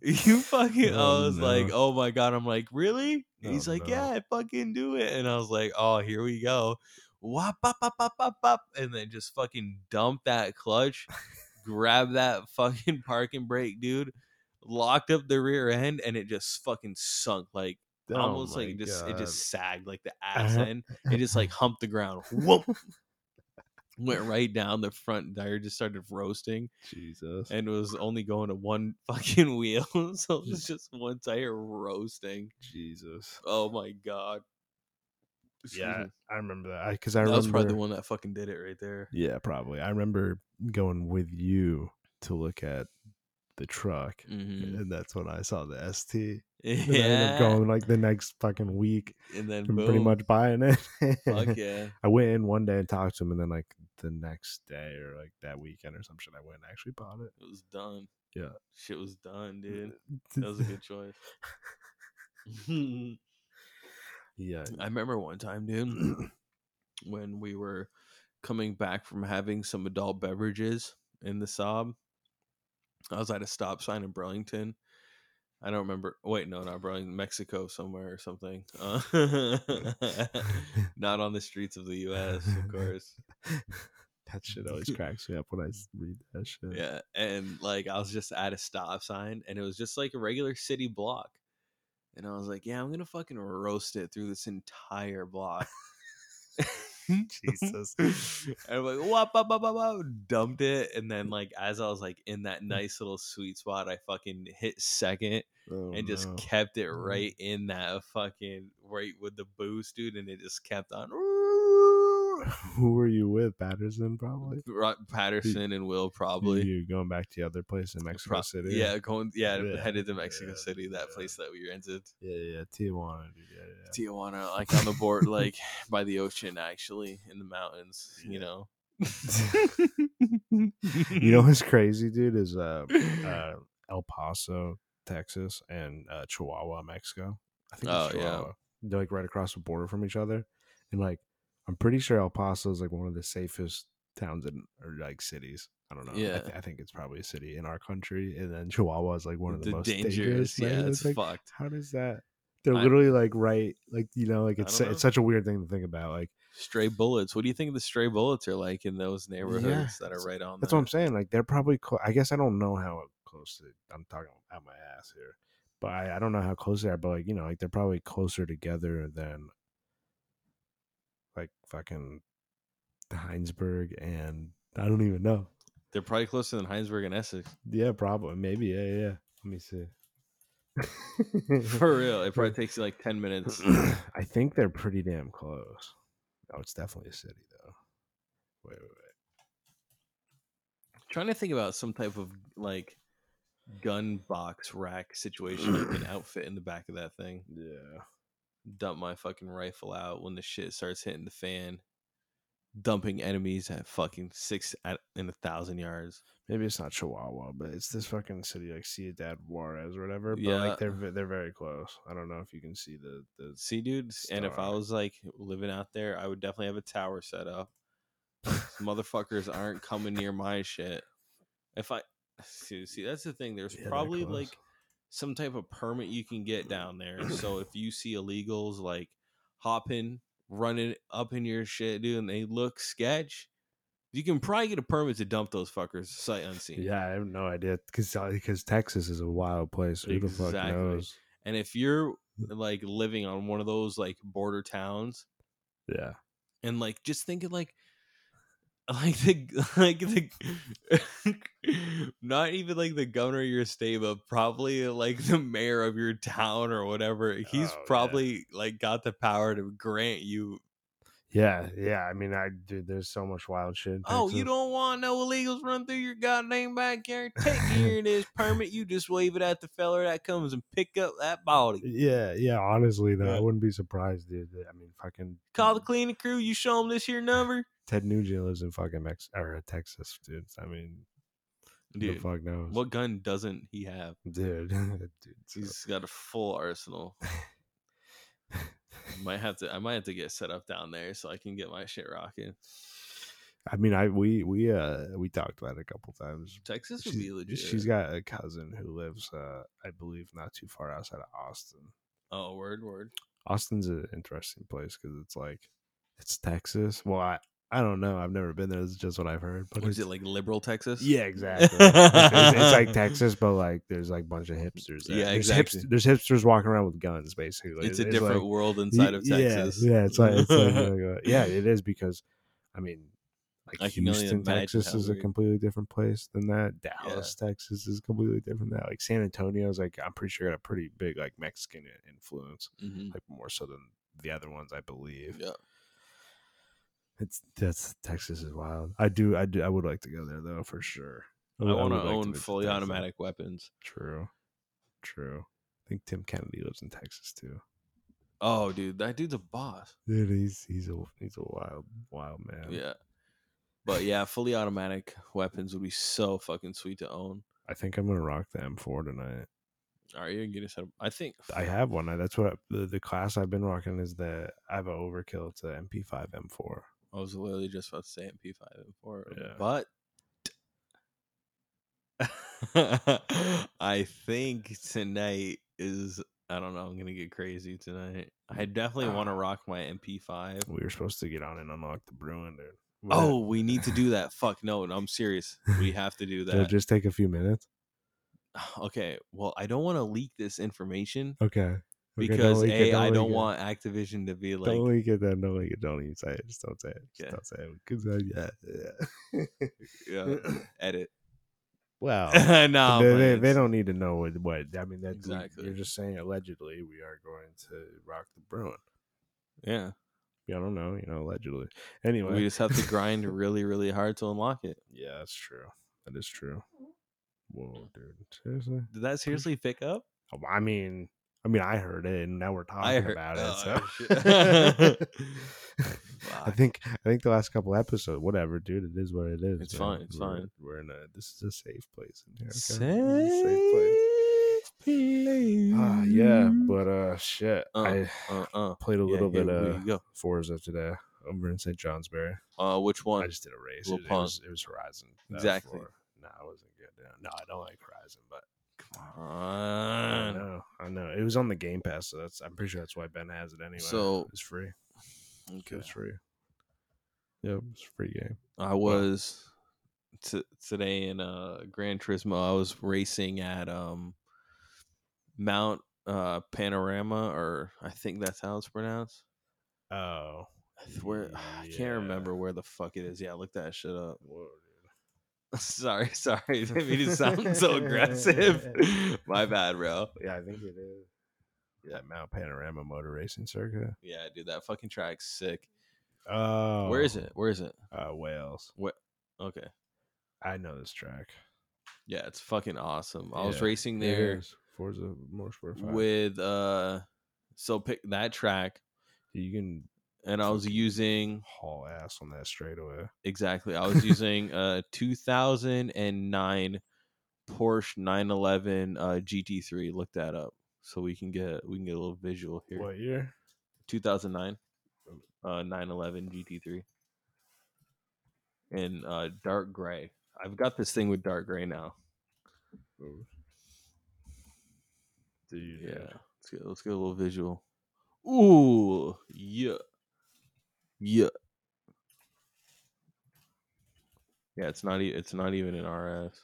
Speaker 2: You fucking.
Speaker 1: Oh,
Speaker 2: I was like,
Speaker 1: no.
Speaker 2: oh my god. I'm like, really? And He's
Speaker 1: Oh,
Speaker 2: like,
Speaker 1: no.
Speaker 2: yeah, I fucking do it. And I was like, oh, here we go. Wop, up, up, up, up, up, and then just fucking dump that clutch, grab that fucking parking brake, dude. Locked up the rear end, and it just fucking sunk like
Speaker 1: Oh
Speaker 2: almost
Speaker 1: my
Speaker 2: like just it
Speaker 1: God.
Speaker 2: just sagged like the ass
Speaker 1: Uh-huh.
Speaker 2: end. It just like humped the ground. Whoop. Went right down the front tire, just started roasting
Speaker 1: Jesus.
Speaker 2: and it was only going to one fucking wheel, so it was just one tire roasting.
Speaker 1: Jesus.
Speaker 2: Oh my god! Excuse
Speaker 1: Yeah,
Speaker 2: me.
Speaker 1: I remember that. I Because I,
Speaker 2: that
Speaker 1: remember.
Speaker 2: was probably the one that fucking did it right there.
Speaker 1: Yeah, probably. I remember going with you to look at the truck.
Speaker 2: Mhm.
Speaker 1: And that's when I saw the ST. And I ended
Speaker 2: Yeah,
Speaker 1: up going like the next fucking week
Speaker 2: and then
Speaker 1: and
Speaker 2: boom,
Speaker 1: pretty much buying it.
Speaker 2: fuck yeah,
Speaker 1: I went in one day and talked to him, and then like the next day or like that weekend or some shit, I went and actually bought it.
Speaker 2: it was done.
Speaker 1: Yeah.
Speaker 2: shit was done, dude. That was a good choice.
Speaker 1: Yeah.
Speaker 2: I remember one time, dude, when we were coming back from having some adult beverages in the Saab. I was at a stop sign in Burlington. I don't remember. Wait, no, not Burlington, Mexico, somewhere or something. Uh, not on the streets of the U.S., of course.
Speaker 1: that shit always cracks me up when I s- read that shit.
Speaker 2: Yeah, and like I was just at a stop sign, and it was just like a regular city block, and I was like, "Yeah, I'm gonna fucking roast it through this entire block."
Speaker 1: Hmm? Jesus.
Speaker 2: and I'm like, wop, wop, wop, wop, wop, dumped it. And then, like, as I was like in
Speaker 1: Mm.
Speaker 2: that nice little sweet spot, I fucking hit second
Speaker 1: Oh,
Speaker 2: and just
Speaker 1: no.
Speaker 2: kept it
Speaker 1: Mhm.
Speaker 2: right in that fucking right with the boost, dude. And it just kept on. Ru-
Speaker 1: Who were you with? Patterson, probably.
Speaker 2: Patterson and Will probably.
Speaker 1: You going back to the other place in Mexico
Speaker 2: Pro-
Speaker 1: City?
Speaker 2: Yeah, going yeah,
Speaker 1: Yeah,
Speaker 2: headed to Mexico
Speaker 1: yeah,
Speaker 2: City, that
Speaker 1: yeah.
Speaker 2: place that we rented.
Speaker 1: yeah, yeah. Tijuana, dude. Yeah, yeah.
Speaker 2: Tijuana, like on the board, like by the ocean, actually in the mountains. You
Speaker 1: Yeah.
Speaker 2: know.
Speaker 1: you know what's crazy, dude? Is uh, uh, El Paso, Texas, and uh, Chihuahua, Mexico. I think it's
Speaker 2: Oh, yeah.
Speaker 1: Chihuahua. They're like right across the border from each other, and like I'm pretty sure El Paso is like one of the safest towns in or like cities. I don't know. I,
Speaker 2: Yeah.
Speaker 1: th- I think it's probably a city in our country, and then Chihuahua is like one of the,
Speaker 2: The
Speaker 1: most dangerous.
Speaker 2: dangerous, yeah,
Speaker 1: places.
Speaker 2: it's
Speaker 1: Like,
Speaker 2: fucked.
Speaker 1: How does that? They're
Speaker 2: I-
Speaker 1: literally like right, like you know, like
Speaker 2: I
Speaker 1: it's
Speaker 2: don't
Speaker 1: it's
Speaker 2: know.
Speaker 1: such a weird thing to think about. Like
Speaker 2: Stray bullets. What do you think the stray bullets are like in those neighborhoods that are
Speaker 1: that's-
Speaker 2: right on?
Speaker 1: That's
Speaker 2: there?
Speaker 1: what I'm saying. Like they're probably. Clo- I guess I don't know how close. To, I'm talking out my ass here, but I, I don't know how close they are. But like you know, like they're probably closer together than like fucking Heinsberg and I don't even know.
Speaker 2: They're probably closer than Heinsberg and Essex.
Speaker 1: Yeah, probably. Maybe. Yeah, yeah. yeah. Let me see.
Speaker 2: For real, it probably takes you like ten minutes.
Speaker 1: I think they're pretty damn close. Oh, it's definitely a city though. Wait, wait, wait.
Speaker 2: trying to think about some type of like gun box rack situation. I can outfit in the back of that thing.
Speaker 1: Yeah.
Speaker 2: Dump my fucking rifle out when the shit starts hitting the fan. Dumping enemies at fucking six at in a thousand yards.
Speaker 1: maybe it's not Chihuahua, but it's this fucking city like Ciudad Juarez or whatever. But
Speaker 2: Yeah.
Speaker 1: like they're ve- they're very close. I don't know if you can see the the
Speaker 2: See, dude, and if I
Speaker 1: Star.
Speaker 2: was like living out there, I would definitely have a tower set up. motherfuckers aren't coming near my shit. If I see, see that's the thing. There's
Speaker 1: Yeah, they're
Speaker 2: probably
Speaker 1: close.
Speaker 2: like some type of permit you can get down there. so if you see illegals like hopping, running up in your shit, dude, and they look sketch, you can probably get a permit to dump those fuckers sight unseen.
Speaker 1: Yeah, I have no idea because because Texas is a wild place. Who the fuck
Speaker 2: Exactly.
Speaker 1: knows?
Speaker 2: And if you're like living on one of those like border towns,
Speaker 1: Yeah,
Speaker 2: and like just thinking like like the like the not even like the governor of your state but probably like the mayor of your town or whatever he's
Speaker 1: Oh, yeah.
Speaker 2: probably like got the power to grant you
Speaker 1: yeah, yeah. I mean, I dude, there's so much wild shit. in
Speaker 2: oh you
Speaker 1: Texas.
Speaker 2: don't want no illegals run through your goddamn backyard take here this permit you just wave it at the feller that comes and pick up that body
Speaker 1: Yeah, yeah. Honestly, though,
Speaker 2: Yeah.
Speaker 1: I wouldn't be surprised, dude. I mean, fucking
Speaker 2: call the cleaning crew you show them this here number
Speaker 1: Ted Nugent lives in fucking Mex or uh, Texas, dude. I mean, who the
Speaker 2: dude
Speaker 1: fuck knows,
Speaker 2: what gun doesn't he have
Speaker 1: dude? dude, so-
Speaker 2: He's got a full arsenal. might have to. I might have to get set up down there so I can get my shit rocking.
Speaker 1: I mean, I we we uh we talked about it a couple times.
Speaker 2: Texas would
Speaker 1: She's-
Speaker 2: be legit.
Speaker 1: She's got a cousin who lives, uh, I believe, not too far outside of Austin.
Speaker 2: oh word word.
Speaker 1: Austin's an interesting place because it's like it's Texas. Well, I I don't know. I've never been there. It's just what I've heard. But
Speaker 2: What Oh, is
Speaker 1: it's-
Speaker 2: it like liberal Texas?
Speaker 1: Yeah, exactly. it's, it's- it's like Texas, but like there's like a bunch of hipsters. There.
Speaker 2: Yeah,
Speaker 1: there's
Speaker 2: exactly.
Speaker 1: hipst- there's hipsters walking around with guns, basically.
Speaker 2: It's a
Speaker 1: like-
Speaker 2: different world inside of
Speaker 1: yeah,
Speaker 2: Texas.
Speaker 1: Yeah, it's like, it's like, like, uh, yeah, it is because I mean, like
Speaker 2: I can only
Speaker 1: Houston,
Speaker 2: imagine
Speaker 1: Texas
Speaker 2: how
Speaker 1: is a
Speaker 2: weird-
Speaker 1: completely different place than that. Dallas, Texas is completely different than that. Like San Antonio's, like I'm pretty sure got a pretty big like Mexican i- influence,
Speaker 2: Mhm.
Speaker 1: like more so than the other ones, I believe.
Speaker 2: Yeah.
Speaker 1: It's that's Texas is wild. I do, I do, I would like to go there though for sure.
Speaker 2: I
Speaker 1: would-
Speaker 2: want
Speaker 1: would
Speaker 2: to
Speaker 1: like
Speaker 2: own
Speaker 1: move
Speaker 2: fully
Speaker 1: Texas.
Speaker 2: automatic weapons.
Speaker 1: True, true. I think Tim Kennedy lives in Texas too.
Speaker 2: Oh, dude, that dude's a boss.
Speaker 1: Dude, he's he's a he's a wild wild man.
Speaker 2: Yeah. But yeah, fully automatic weapons would be so fucking sweet to own.
Speaker 1: I think I'm gonna rock the M4 tonight.
Speaker 2: All right, you can get us set up. I think
Speaker 1: I have one. That's what the, the class I've been rocking is the I have an overkill. It's an MP5 M4.
Speaker 2: I was literally just about to say MP5 and 4,
Speaker 1: Yeah.
Speaker 2: but I think tonight is I don't know. I'm gonna get crazy tonight. I definitely want to
Speaker 1: Ah.
Speaker 2: rock my MP5.
Speaker 1: We were supposed to get on and unlock the Bruin, dude. Would
Speaker 2: Oh, we need to do that. Fuck no, no, I'm serious. We have to do
Speaker 1: that, did it
Speaker 2: that.
Speaker 1: just take a few minutes.
Speaker 2: Okay. Well, I don't want to leak this information
Speaker 1: Okay. Okay, don't
Speaker 2: because
Speaker 1: leak it,
Speaker 2: a I
Speaker 1: leak
Speaker 2: don't
Speaker 1: it.
Speaker 2: want Activision to be like
Speaker 1: don't leak it. Then don't leak it. Don't even say it. Just don't say it. Just
Speaker 2: Okay.
Speaker 1: don't say it. 'Cause I- yeah,
Speaker 2: yeah,
Speaker 1: yeah.
Speaker 2: uh, edit.
Speaker 1: well,
Speaker 2: no, I'm
Speaker 1: they,
Speaker 2: playing.
Speaker 1: they, they
Speaker 2: Oh, It's-
Speaker 1: don't need to know what. what I mean, that
Speaker 2: Exactly.
Speaker 1: you're just saying allegedly we are going to rock the Bruin.
Speaker 2: Yeah,
Speaker 1: I don't know. You know, allegedly. Anyway,
Speaker 2: we just have to grind really, really hard to unlock it.
Speaker 1: Yeah, that's true. That is true. Whoa, dude. Seriously?
Speaker 2: Did that seriously pick up?
Speaker 1: Oh, I mean, I mean, I heard it, and now we're talking
Speaker 2: I oh, heard-
Speaker 1: about
Speaker 2: oh,
Speaker 1: it. So. I
Speaker 2: Fuck.
Speaker 1: think I think the last couple episodes, whatever, dude. It is what it is.
Speaker 2: It's
Speaker 1: man.
Speaker 2: fine, it's
Speaker 1: We're-
Speaker 2: fine.
Speaker 1: We're in a. This is a safe place in here. okay? This is a safe place.
Speaker 2: Safe place.
Speaker 1: Ah, yeah, but uh, shit.
Speaker 2: Uh,
Speaker 1: I
Speaker 2: uh, uh.
Speaker 1: played a
Speaker 2: Yeah,
Speaker 1: little
Speaker 2: here
Speaker 1: bit
Speaker 2: we
Speaker 1: of
Speaker 2: go.
Speaker 1: Forza today over in St. Johnsbury.
Speaker 2: Uh, which
Speaker 1: I
Speaker 2: one?
Speaker 1: just did a race. It,
Speaker 2: Little
Speaker 1: was- it
Speaker 2: pun.
Speaker 1: was, it was Horizon. uh,
Speaker 2: Exactly.
Speaker 1: four. No, it wasn't good. yeah. No, I don't like Horizon, but
Speaker 2: Come
Speaker 1: I
Speaker 2: on.
Speaker 1: know, I know. It was on the Game Pass, so that's. I'm pretty sure that's why Ben has it anyway.
Speaker 2: So-
Speaker 1: it's free.
Speaker 2: Okay.
Speaker 1: It's free. Yep, it's a free game.
Speaker 2: I was t- today in uh Gran Turismo. I was racing at um Mount uh Panorama, or I think that's how it's pronounced.
Speaker 1: Oh,
Speaker 2: Where I
Speaker 1: Yeah.
Speaker 2: can't remember where the fuck it is. Yeah, look that shit up.
Speaker 1: Whoa, dude.
Speaker 2: sorry, sorry. I made it sound so aggressive. My bad, bro.
Speaker 1: Yeah, I think it is. Yeah, Mount Panorama Motor Racing Circuit.
Speaker 2: Yeah, dude, that fucking track's sick.
Speaker 1: Oh,
Speaker 2: Where is it? Where is it?
Speaker 1: Uh, Wales.
Speaker 2: Okay.
Speaker 1: I know this track.
Speaker 2: Yeah, it's fucking awesome. I was
Speaker 1: Yeah,
Speaker 2: racing
Speaker 1: It
Speaker 2: there
Speaker 1: is Forza Motorsport 5.
Speaker 2: with uh so pick that track
Speaker 1: you can
Speaker 2: and I was
Speaker 1: Fucking-
Speaker 2: using
Speaker 1: haul ass on that straightaway.
Speaker 2: exactly. I was using a 2009 Porsche 911 uh GT3. Look that up so we can get we can get a little visual here.
Speaker 1: What year?
Speaker 2: 2009 uh 911 GT3 in uh dark gray. I've got this thing with dark gray now.
Speaker 1: Dude,
Speaker 2: Yeah. Let's get let's get a little visual. Ooh, yeah. Yeah. Yeah, it's not e- it's not even an RS.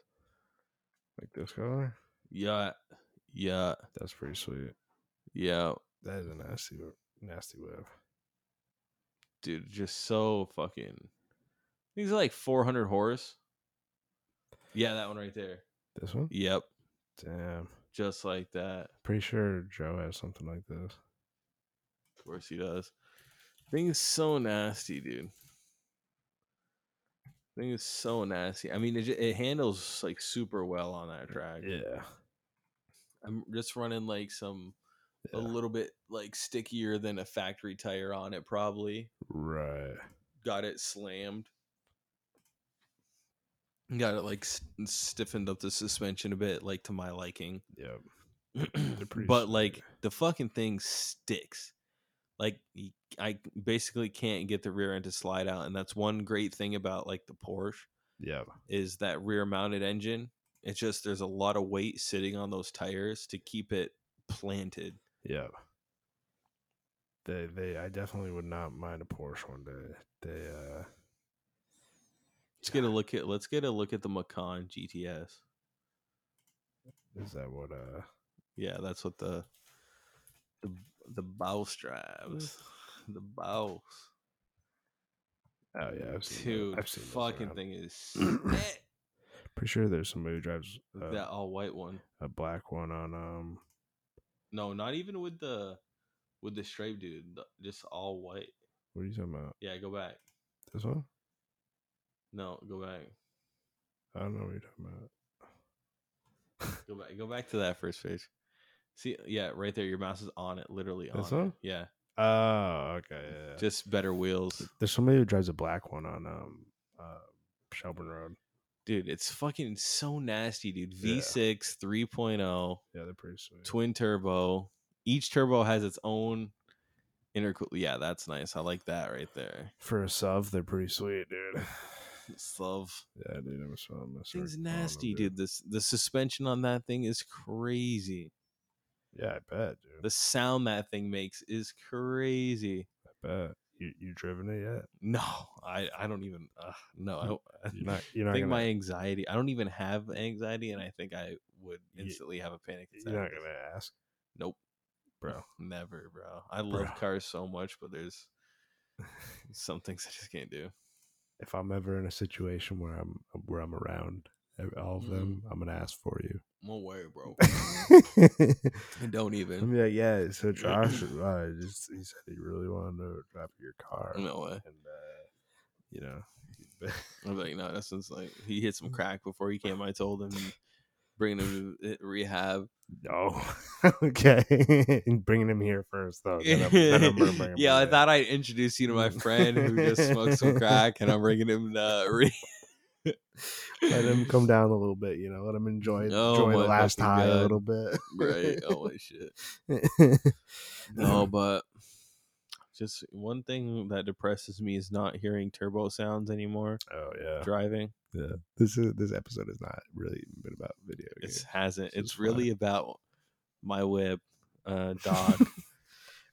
Speaker 1: like this color.
Speaker 2: Yeah. Yeah.
Speaker 1: That's pretty sweet.
Speaker 2: Yeah.
Speaker 1: That is a nasty, nasty web.
Speaker 2: Dude, just so fucking These are like 400 horse. Yeah, that one right there.
Speaker 1: This one?
Speaker 2: Yep.
Speaker 1: Damn.
Speaker 2: Just like that.
Speaker 1: Pretty sure Joe has something like this.
Speaker 2: Of course he does. Thing is so nasty, dude. Thing is so nasty. I mean, it, ju- it handles like super well on that track.
Speaker 1: Yeah.
Speaker 2: I'm just running like some a
Speaker 1: Yeah.
Speaker 2: little bit like stickier than a factory tire on it. Probably
Speaker 1: Right.
Speaker 2: got it slammed. Got it like st- stiffened up the suspension a bit, like to my liking.
Speaker 1: Yep. pretty
Speaker 2: but
Speaker 1: slick.
Speaker 2: like the fucking thing sticks. Like y- I basically can't get the rear end to slide out, and that's one great thing about like the Porsche
Speaker 1: Yep.
Speaker 2: is that rear mounted engine. It's just there's a lot of weight sitting on those tires to keep it planted.
Speaker 1: Yep. They, they, I definitely would not mind a Porsche one day. They, uh,
Speaker 2: Let's get a look at let's get a look at the Macan GTS.
Speaker 1: is that what, uh,
Speaker 2: Yeah, that's what the the the Baus drives. The Baus.
Speaker 1: oh yeah, I've seen tho-
Speaker 2: Dude,
Speaker 1: I've seen those
Speaker 2: fucking
Speaker 1: around.
Speaker 2: thing is sick.
Speaker 1: Pretty sure there's somebody who drives uh,
Speaker 2: that all white one.
Speaker 1: a black one on, um,
Speaker 2: No, not even with the with the stripe dude. the- Just all white.
Speaker 1: what are you talking about?
Speaker 2: Yeah, go back.
Speaker 1: This one?
Speaker 2: No, go back.
Speaker 1: I don't know what you're talking about.
Speaker 2: Go back. Go back to that first page. See, yeah, right there. Your mouse is on it, literally on.
Speaker 1: This
Speaker 2: it.
Speaker 1: one?
Speaker 2: Yeah,
Speaker 1: Oh, okay. yeah, yeah.
Speaker 2: just better wheels.
Speaker 1: There's somebody who drives a black one on um uh Shelburne Road.
Speaker 2: Dude, it's fucking so nasty, dude. V6 3.0,
Speaker 1: Yeah, they're pretty sweet.
Speaker 2: oh, twin turbo. Each turbo has its own intercooler. Yeah, that's nice. I like that right there.
Speaker 1: For a sub, they're pretty sweet, dude.
Speaker 2: It's Love.
Speaker 1: Yeah, dude, I'm so I'm gonna
Speaker 2: Thing's
Speaker 1: start calling them,
Speaker 2: nasty, dude. This the suspension on that thing is crazy.
Speaker 1: Yeah, I bet, dude.
Speaker 2: The sound that thing makes is crazy.
Speaker 1: I bet. You you driven it yet?
Speaker 2: No, I I don't even uh, no. I,
Speaker 1: You're not. You're not
Speaker 2: I think
Speaker 1: gonna.
Speaker 2: my anxiety. I don't even have anxiety, and I think I would
Speaker 1: Ye-
Speaker 2: instantly have a panic attack.
Speaker 1: you're not gonna ask,
Speaker 2: Nope,
Speaker 1: bro.
Speaker 2: never, bro. I love
Speaker 1: Bro.
Speaker 2: cars so much, but there's some things I just can't do.
Speaker 1: If I'm ever in a situation where I'm where I'm around e, all of
Speaker 2: Mhm.
Speaker 1: them, I'm gonna ask for you.
Speaker 2: Don't worry, bro.
Speaker 1: I'm
Speaker 2: And don't even.
Speaker 1: like, yeah. So Josh, uh, just, he said he really wanted to drive your car, and
Speaker 2: No way.
Speaker 1: uh, you know,
Speaker 2: I'm like, no, that's just like he hit some crack before he came. I told him, bringing him to eh, rehab.
Speaker 1: no, okay, bringing him here first though. then I'm- then I'm gonna bring him
Speaker 2: yeah, I
Speaker 1: here.
Speaker 2: thought I'd introduce you to my friend who just smoked some crack, and I'm bringing him to rehab.
Speaker 1: let him come down a little bit, you know, let him enjoy
Speaker 2: Oh
Speaker 1: enjoy the
Speaker 2: my
Speaker 1: last
Speaker 2: fucking
Speaker 1: high a
Speaker 2: God.
Speaker 1: little bit.
Speaker 2: right? Oh my shit. No, but just one thing that depresses me is not hearing turbo sounds anymore
Speaker 1: Oh yeah.
Speaker 2: driving.
Speaker 1: Yeah. This is this episode has not really been about video
Speaker 2: It
Speaker 1: games.
Speaker 2: hasn't.
Speaker 1: This
Speaker 2: It's
Speaker 1: is
Speaker 2: really about my whip, uh, doc.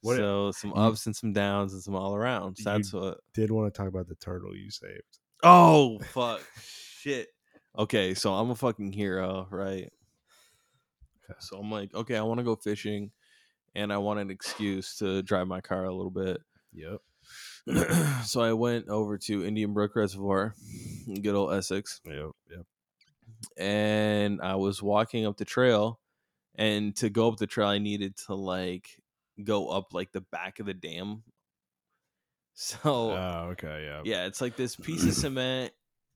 Speaker 1: What-
Speaker 2: so some ups and some downs and some all arounds.
Speaker 1: You-
Speaker 2: That's what.
Speaker 1: Did want to talk about the turtle you saved.
Speaker 2: Oh fuck, shit. Okay, so I'm a fucking hero, right?
Speaker 1: Okay.
Speaker 2: So I'm like, okay, I want to go fishing, and I want an excuse to drive my car a little bit.
Speaker 1: Yep.
Speaker 2: so I went over to Indian Brook Reservoir, good old Essex,
Speaker 1: Yep. Yep.
Speaker 2: and I was walking up the trail. And to go up the trail, I needed to like go up like the back of the dam. So
Speaker 1: Oh, okay, yeah.
Speaker 2: yeah, it's like this piece of cement,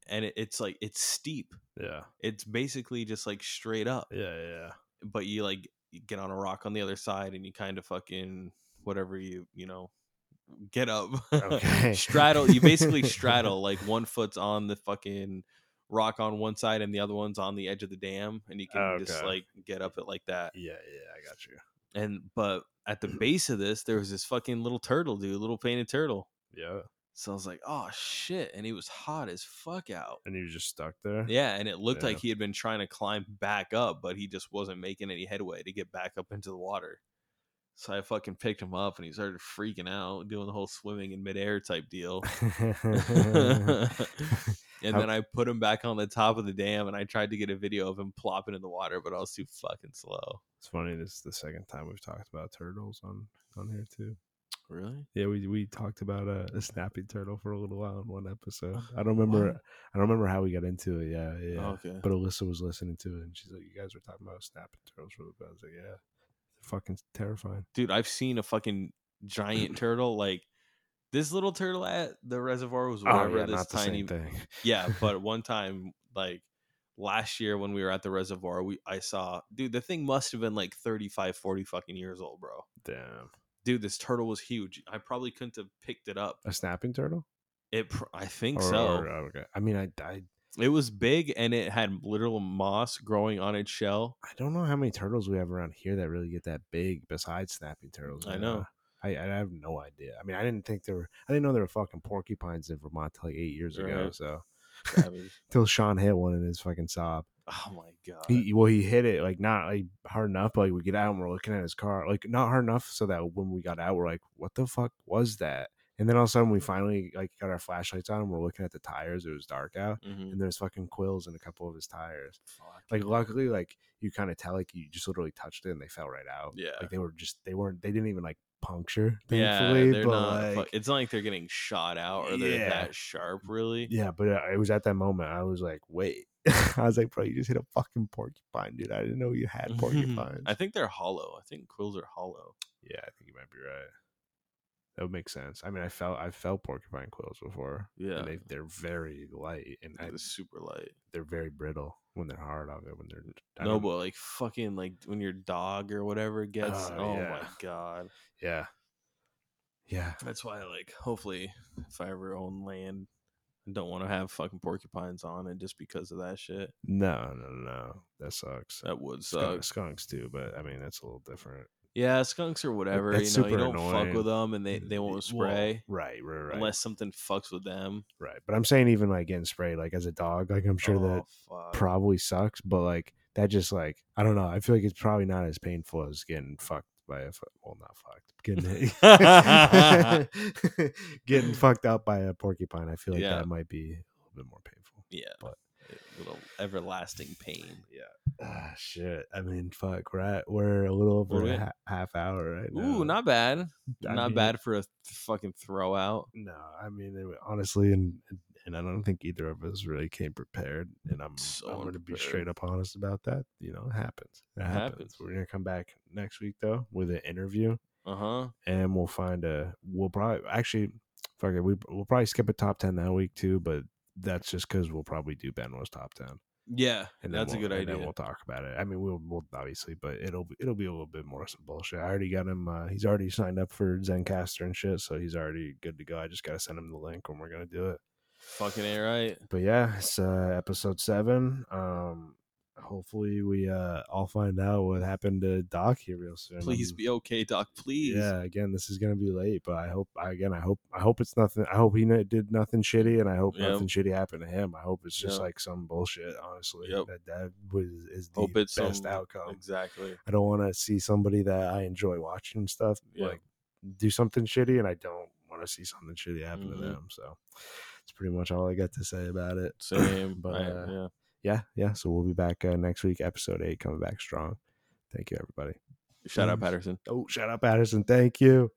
Speaker 2: and it, it's like it's steep.
Speaker 1: Yeah.
Speaker 2: It's basically just like straight up,
Speaker 1: Yeah, yeah.
Speaker 2: but you like you get on a rock on the other side, and you kind of fucking whatever you you know get up.
Speaker 1: Okay.
Speaker 2: straddle you basically straddle like one foot's on the fucking rock on one side and the other one's on the edge of the dam and you can just
Speaker 1: Okay.
Speaker 2: like get up it like that
Speaker 1: Yeah, yeah, I got you.
Speaker 2: and but at the base of this there was this fucking little turtle dude little painted turtle
Speaker 1: Yeah.
Speaker 2: so i was like oh shit and he was hot as fuck out
Speaker 1: And you were just stuck there?
Speaker 2: yeah and it looked
Speaker 1: Yeah.
Speaker 2: like he had been trying to climb back up but he just wasn't making any headway to get back up into the water so i fucking picked him up and he started freaking out doing the whole swimming in midair type deal And
Speaker 1: How-
Speaker 2: then I put him back on the top of the dam and I tried to get a video of him plopping in the water, but I was too fucking slow.
Speaker 1: it's funny, this is the second time we've talked about turtles on on here too.
Speaker 2: Really?
Speaker 1: Yeah, we we talked about a, a snappy turtle for a little while in one episode. I don't remember.
Speaker 2: What? Oh,
Speaker 1: I don't remember how we got into it. Yeah, yeah.
Speaker 2: okay.
Speaker 1: But Alyssa was listening to it, and she's like, "You guys were talking about snapping turtles for the best." I was like, "Yeah, they're fucking terrifying."
Speaker 2: Dude, I've seen a fucking giant turtle. Like this little turtle at the reservoir
Speaker 1: Oh,
Speaker 2: was wherever this tiny
Speaker 1: thing.
Speaker 2: Yeah, but one time, like last year when we were at the reservoir, we I saw dude, the thing must have been like 35, 40 fucking years old, bro.
Speaker 1: Damn,
Speaker 2: Dude, this turtle was huge. I probably couldn't have picked it up.
Speaker 1: a snapping turtle?
Speaker 2: It, pr- I think
Speaker 1: Or-
Speaker 2: so.
Speaker 1: or- oh, okay. I mean, I, I
Speaker 2: It was big and it had literal moss growing on its shell.
Speaker 1: I don't know how many turtles we have around here that really get that big besides snapping turtles.
Speaker 2: I
Speaker 1: yeah.
Speaker 2: know.
Speaker 1: I, I have no idea. I mean, I didn't think there were. I didn't know there were fucking porcupines in Vermont till like eight years ago.
Speaker 2: Right.
Speaker 1: So
Speaker 2: Savage.
Speaker 1: till Sean hit one in his fucking sob.
Speaker 2: oh my god.
Speaker 1: He well, he hit it like not like hard enough. But, like we get out and we're looking at his car, like not hard enough, so that when we got out, we're like, "What the fuck was that?" And then all of a sudden,
Speaker 2: Mm.
Speaker 1: we finally like got our flashlights on and we're looking at the tires. It was dark out,
Speaker 2: Mhm.
Speaker 1: and there's fucking quills in a couple of his tires.
Speaker 2: Fuck.
Speaker 1: Like luckily, like you kind of tell, like you just literally touched it and they fell right out.
Speaker 2: yeah.
Speaker 1: Like they were just they weren't they didn't even like puncture.
Speaker 2: yeah,
Speaker 1: Thankfully,
Speaker 2: they're
Speaker 1: but
Speaker 2: not, fu-
Speaker 1: like,
Speaker 2: it's not like they're getting shot out or they're
Speaker 1: Yeah.
Speaker 2: that sharp, really.
Speaker 1: yeah, but uh, it was at that moment I was like, wait. I was like, bro, you just hit a fucking porcupine, dude. I didn't know you had porcupines.
Speaker 2: I think they're hollow. I think quills are hollow.
Speaker 1: Yeah, I think you might be right. That would make sense. I mean, I felt I felt porcupine quills before.
Speaker 2: Yeah.
Speaker 1: and they they're very light and I,
Speaker 2: They're super light.
Speaker 1: they're very brittle when they're hard on it when they're I
Speaker 2: No,
Speaker 1: don't-
Speaker 2: but like fucking like when your dog or whatever gets.
Speaker 1: Oh,
Speaker 2: oh my
Speaker 1: yeah.
Speaker 2: god.
Speaker 1: yeah, yeah.
Speaker 2: That's why like hopefully if I ever own land, don't want to have fucking porcupines on it just because of that shit.
Speaker 1: No, no, no. That sucks.
Speaker 2: That would
Speaker 1: Skunk-
Speaker 2: suck.
Speaker 1: skunks too, but I mean that's a little different.
Speaker 2: Yeah, skunks or whatever.
Speaker 1: that's
Speaker 2: you know, you
Speaker 1: super
Speaker 2: don't fuck
Speaker 1: annoying.
Speaker 2: with them, and they, they
Speaker 1: Well,
Speaker 2: won't spray
Speaker 1: right, right, right,
Speaker 2: unless something fucks with them.
Speaker 1: right. But I'm saying even like getting sprayed, like as a dog, like I'm sure that
Speaker 2: Oh, fuck.
Speaker 1: probably sucks, but like that just like I don't know. I feel like it's probably not as painful as getting fucked by a fu- well, not fucked, getting hit. getting fucked out by a porcupine. I feel like
Speaker 2: Yeah.
Speaker 1: that might be a little bit more painful.
Speaker 2: yeah,
Speaker 1: but-
Speaker 2: a little everlasting pain.
Speaker 1: Ah, shit. I mean, fuck. We're at, we're a little
Speaker 2: What
Speaker 1: over
Speaker 2: do
Speaker 1: a
Speaker 2: we-
Speaker 1: ha- half hour right now.
Speaker 2: Ooh, not bad.
Speaker 1: I
Speaker 2: not
Speaker 1: mean-
Speaker 2: bad for a th- fucking throw out.
Speaker 1: No, I mean, they were- honestly, and and I don't think either of us really came prepared. And I'm
Speaker 2: So
Speaker 1: I'm going to be
Speaker 2: unprepared.
Speaker 1: straight up honest about that. You know, it happens. It
Speaker 2: It
Speaker 1: happens.
Speaker 2: happens.
Speaker 1: We're gonna come back next week though with an interview,
Speaker 2: Uh huh.
Speaker 1: and we'll find a. We'll probably actually, fuck it. We we'll probably skip a top ten that week too, but that's just because we'll probably do Benoit's top ten.
Speaker 2: Yeah,
Speaker 1: then
Speaker 2: that's a
Speaker 1: we'll-
Speaker 2: good
Speaker 1: And then
Speaker 2: idea.
Speaker 1: we'll talk about it. I mean, we'll, we'll obviously, but it'll be- it'll be a little bit more some bullshit. I already got him. Uh, he's already signed up for Zencaster and shit, so he's already good to go. I just gotta send him the link when we're gonna do it.
Speaker 2: Fucking ain't right.
Speaker 1: But yeah, it's uh, episode seven. Um, hopefully we uh all find out what happened to Doc here real soon.
Speaker 2: Please
Speaker 1: Um,
Speaker 2: be okay, Doc. Please.
Speaker 1: Yeah, again, this is gonna be late, but I hope I- again, I hope I hope it's nothing. I hope he n- did nothing shitty, and I hope
Speaker 2: Yep.
Speaker 1: nothing shitty happened to him. I hope it's just
Speaker 2: Yep.
Speaker 1: like some bullshit. Honestly,
Speaker 2: Yep.
Speaker 1: that that was is the
Speaker 2: Hope it's
Speaker 1: best
Speaker 2: some-
Speaker 1: outcome.
Speaker 2: Exactly.
Speaker 1: I don't want to see somebody that I enjoy watching and stuff
Speaker 2: Yeah.
Speaker 1: like do something shitty, and I don't want to see something shitty happen
Speaker 2: Mhm.
Speaker 1: to them. So that's pretty much all I got to say about it.
Speaker 2: Same.
Speaker 1: But,
Speaker 2: I-
Speaker 1: uh,
Speaker 2: yeah.
Speaker 1: yeah, yeah. So we'll be back uh, next week, episode eight, coming back strong. Thank you, everybody.
Speaker 2: Shout out
Speaker 1: please.
Speaker 2: Patterson.
Speaker 1: Oh, shout out Patterson. Thank you.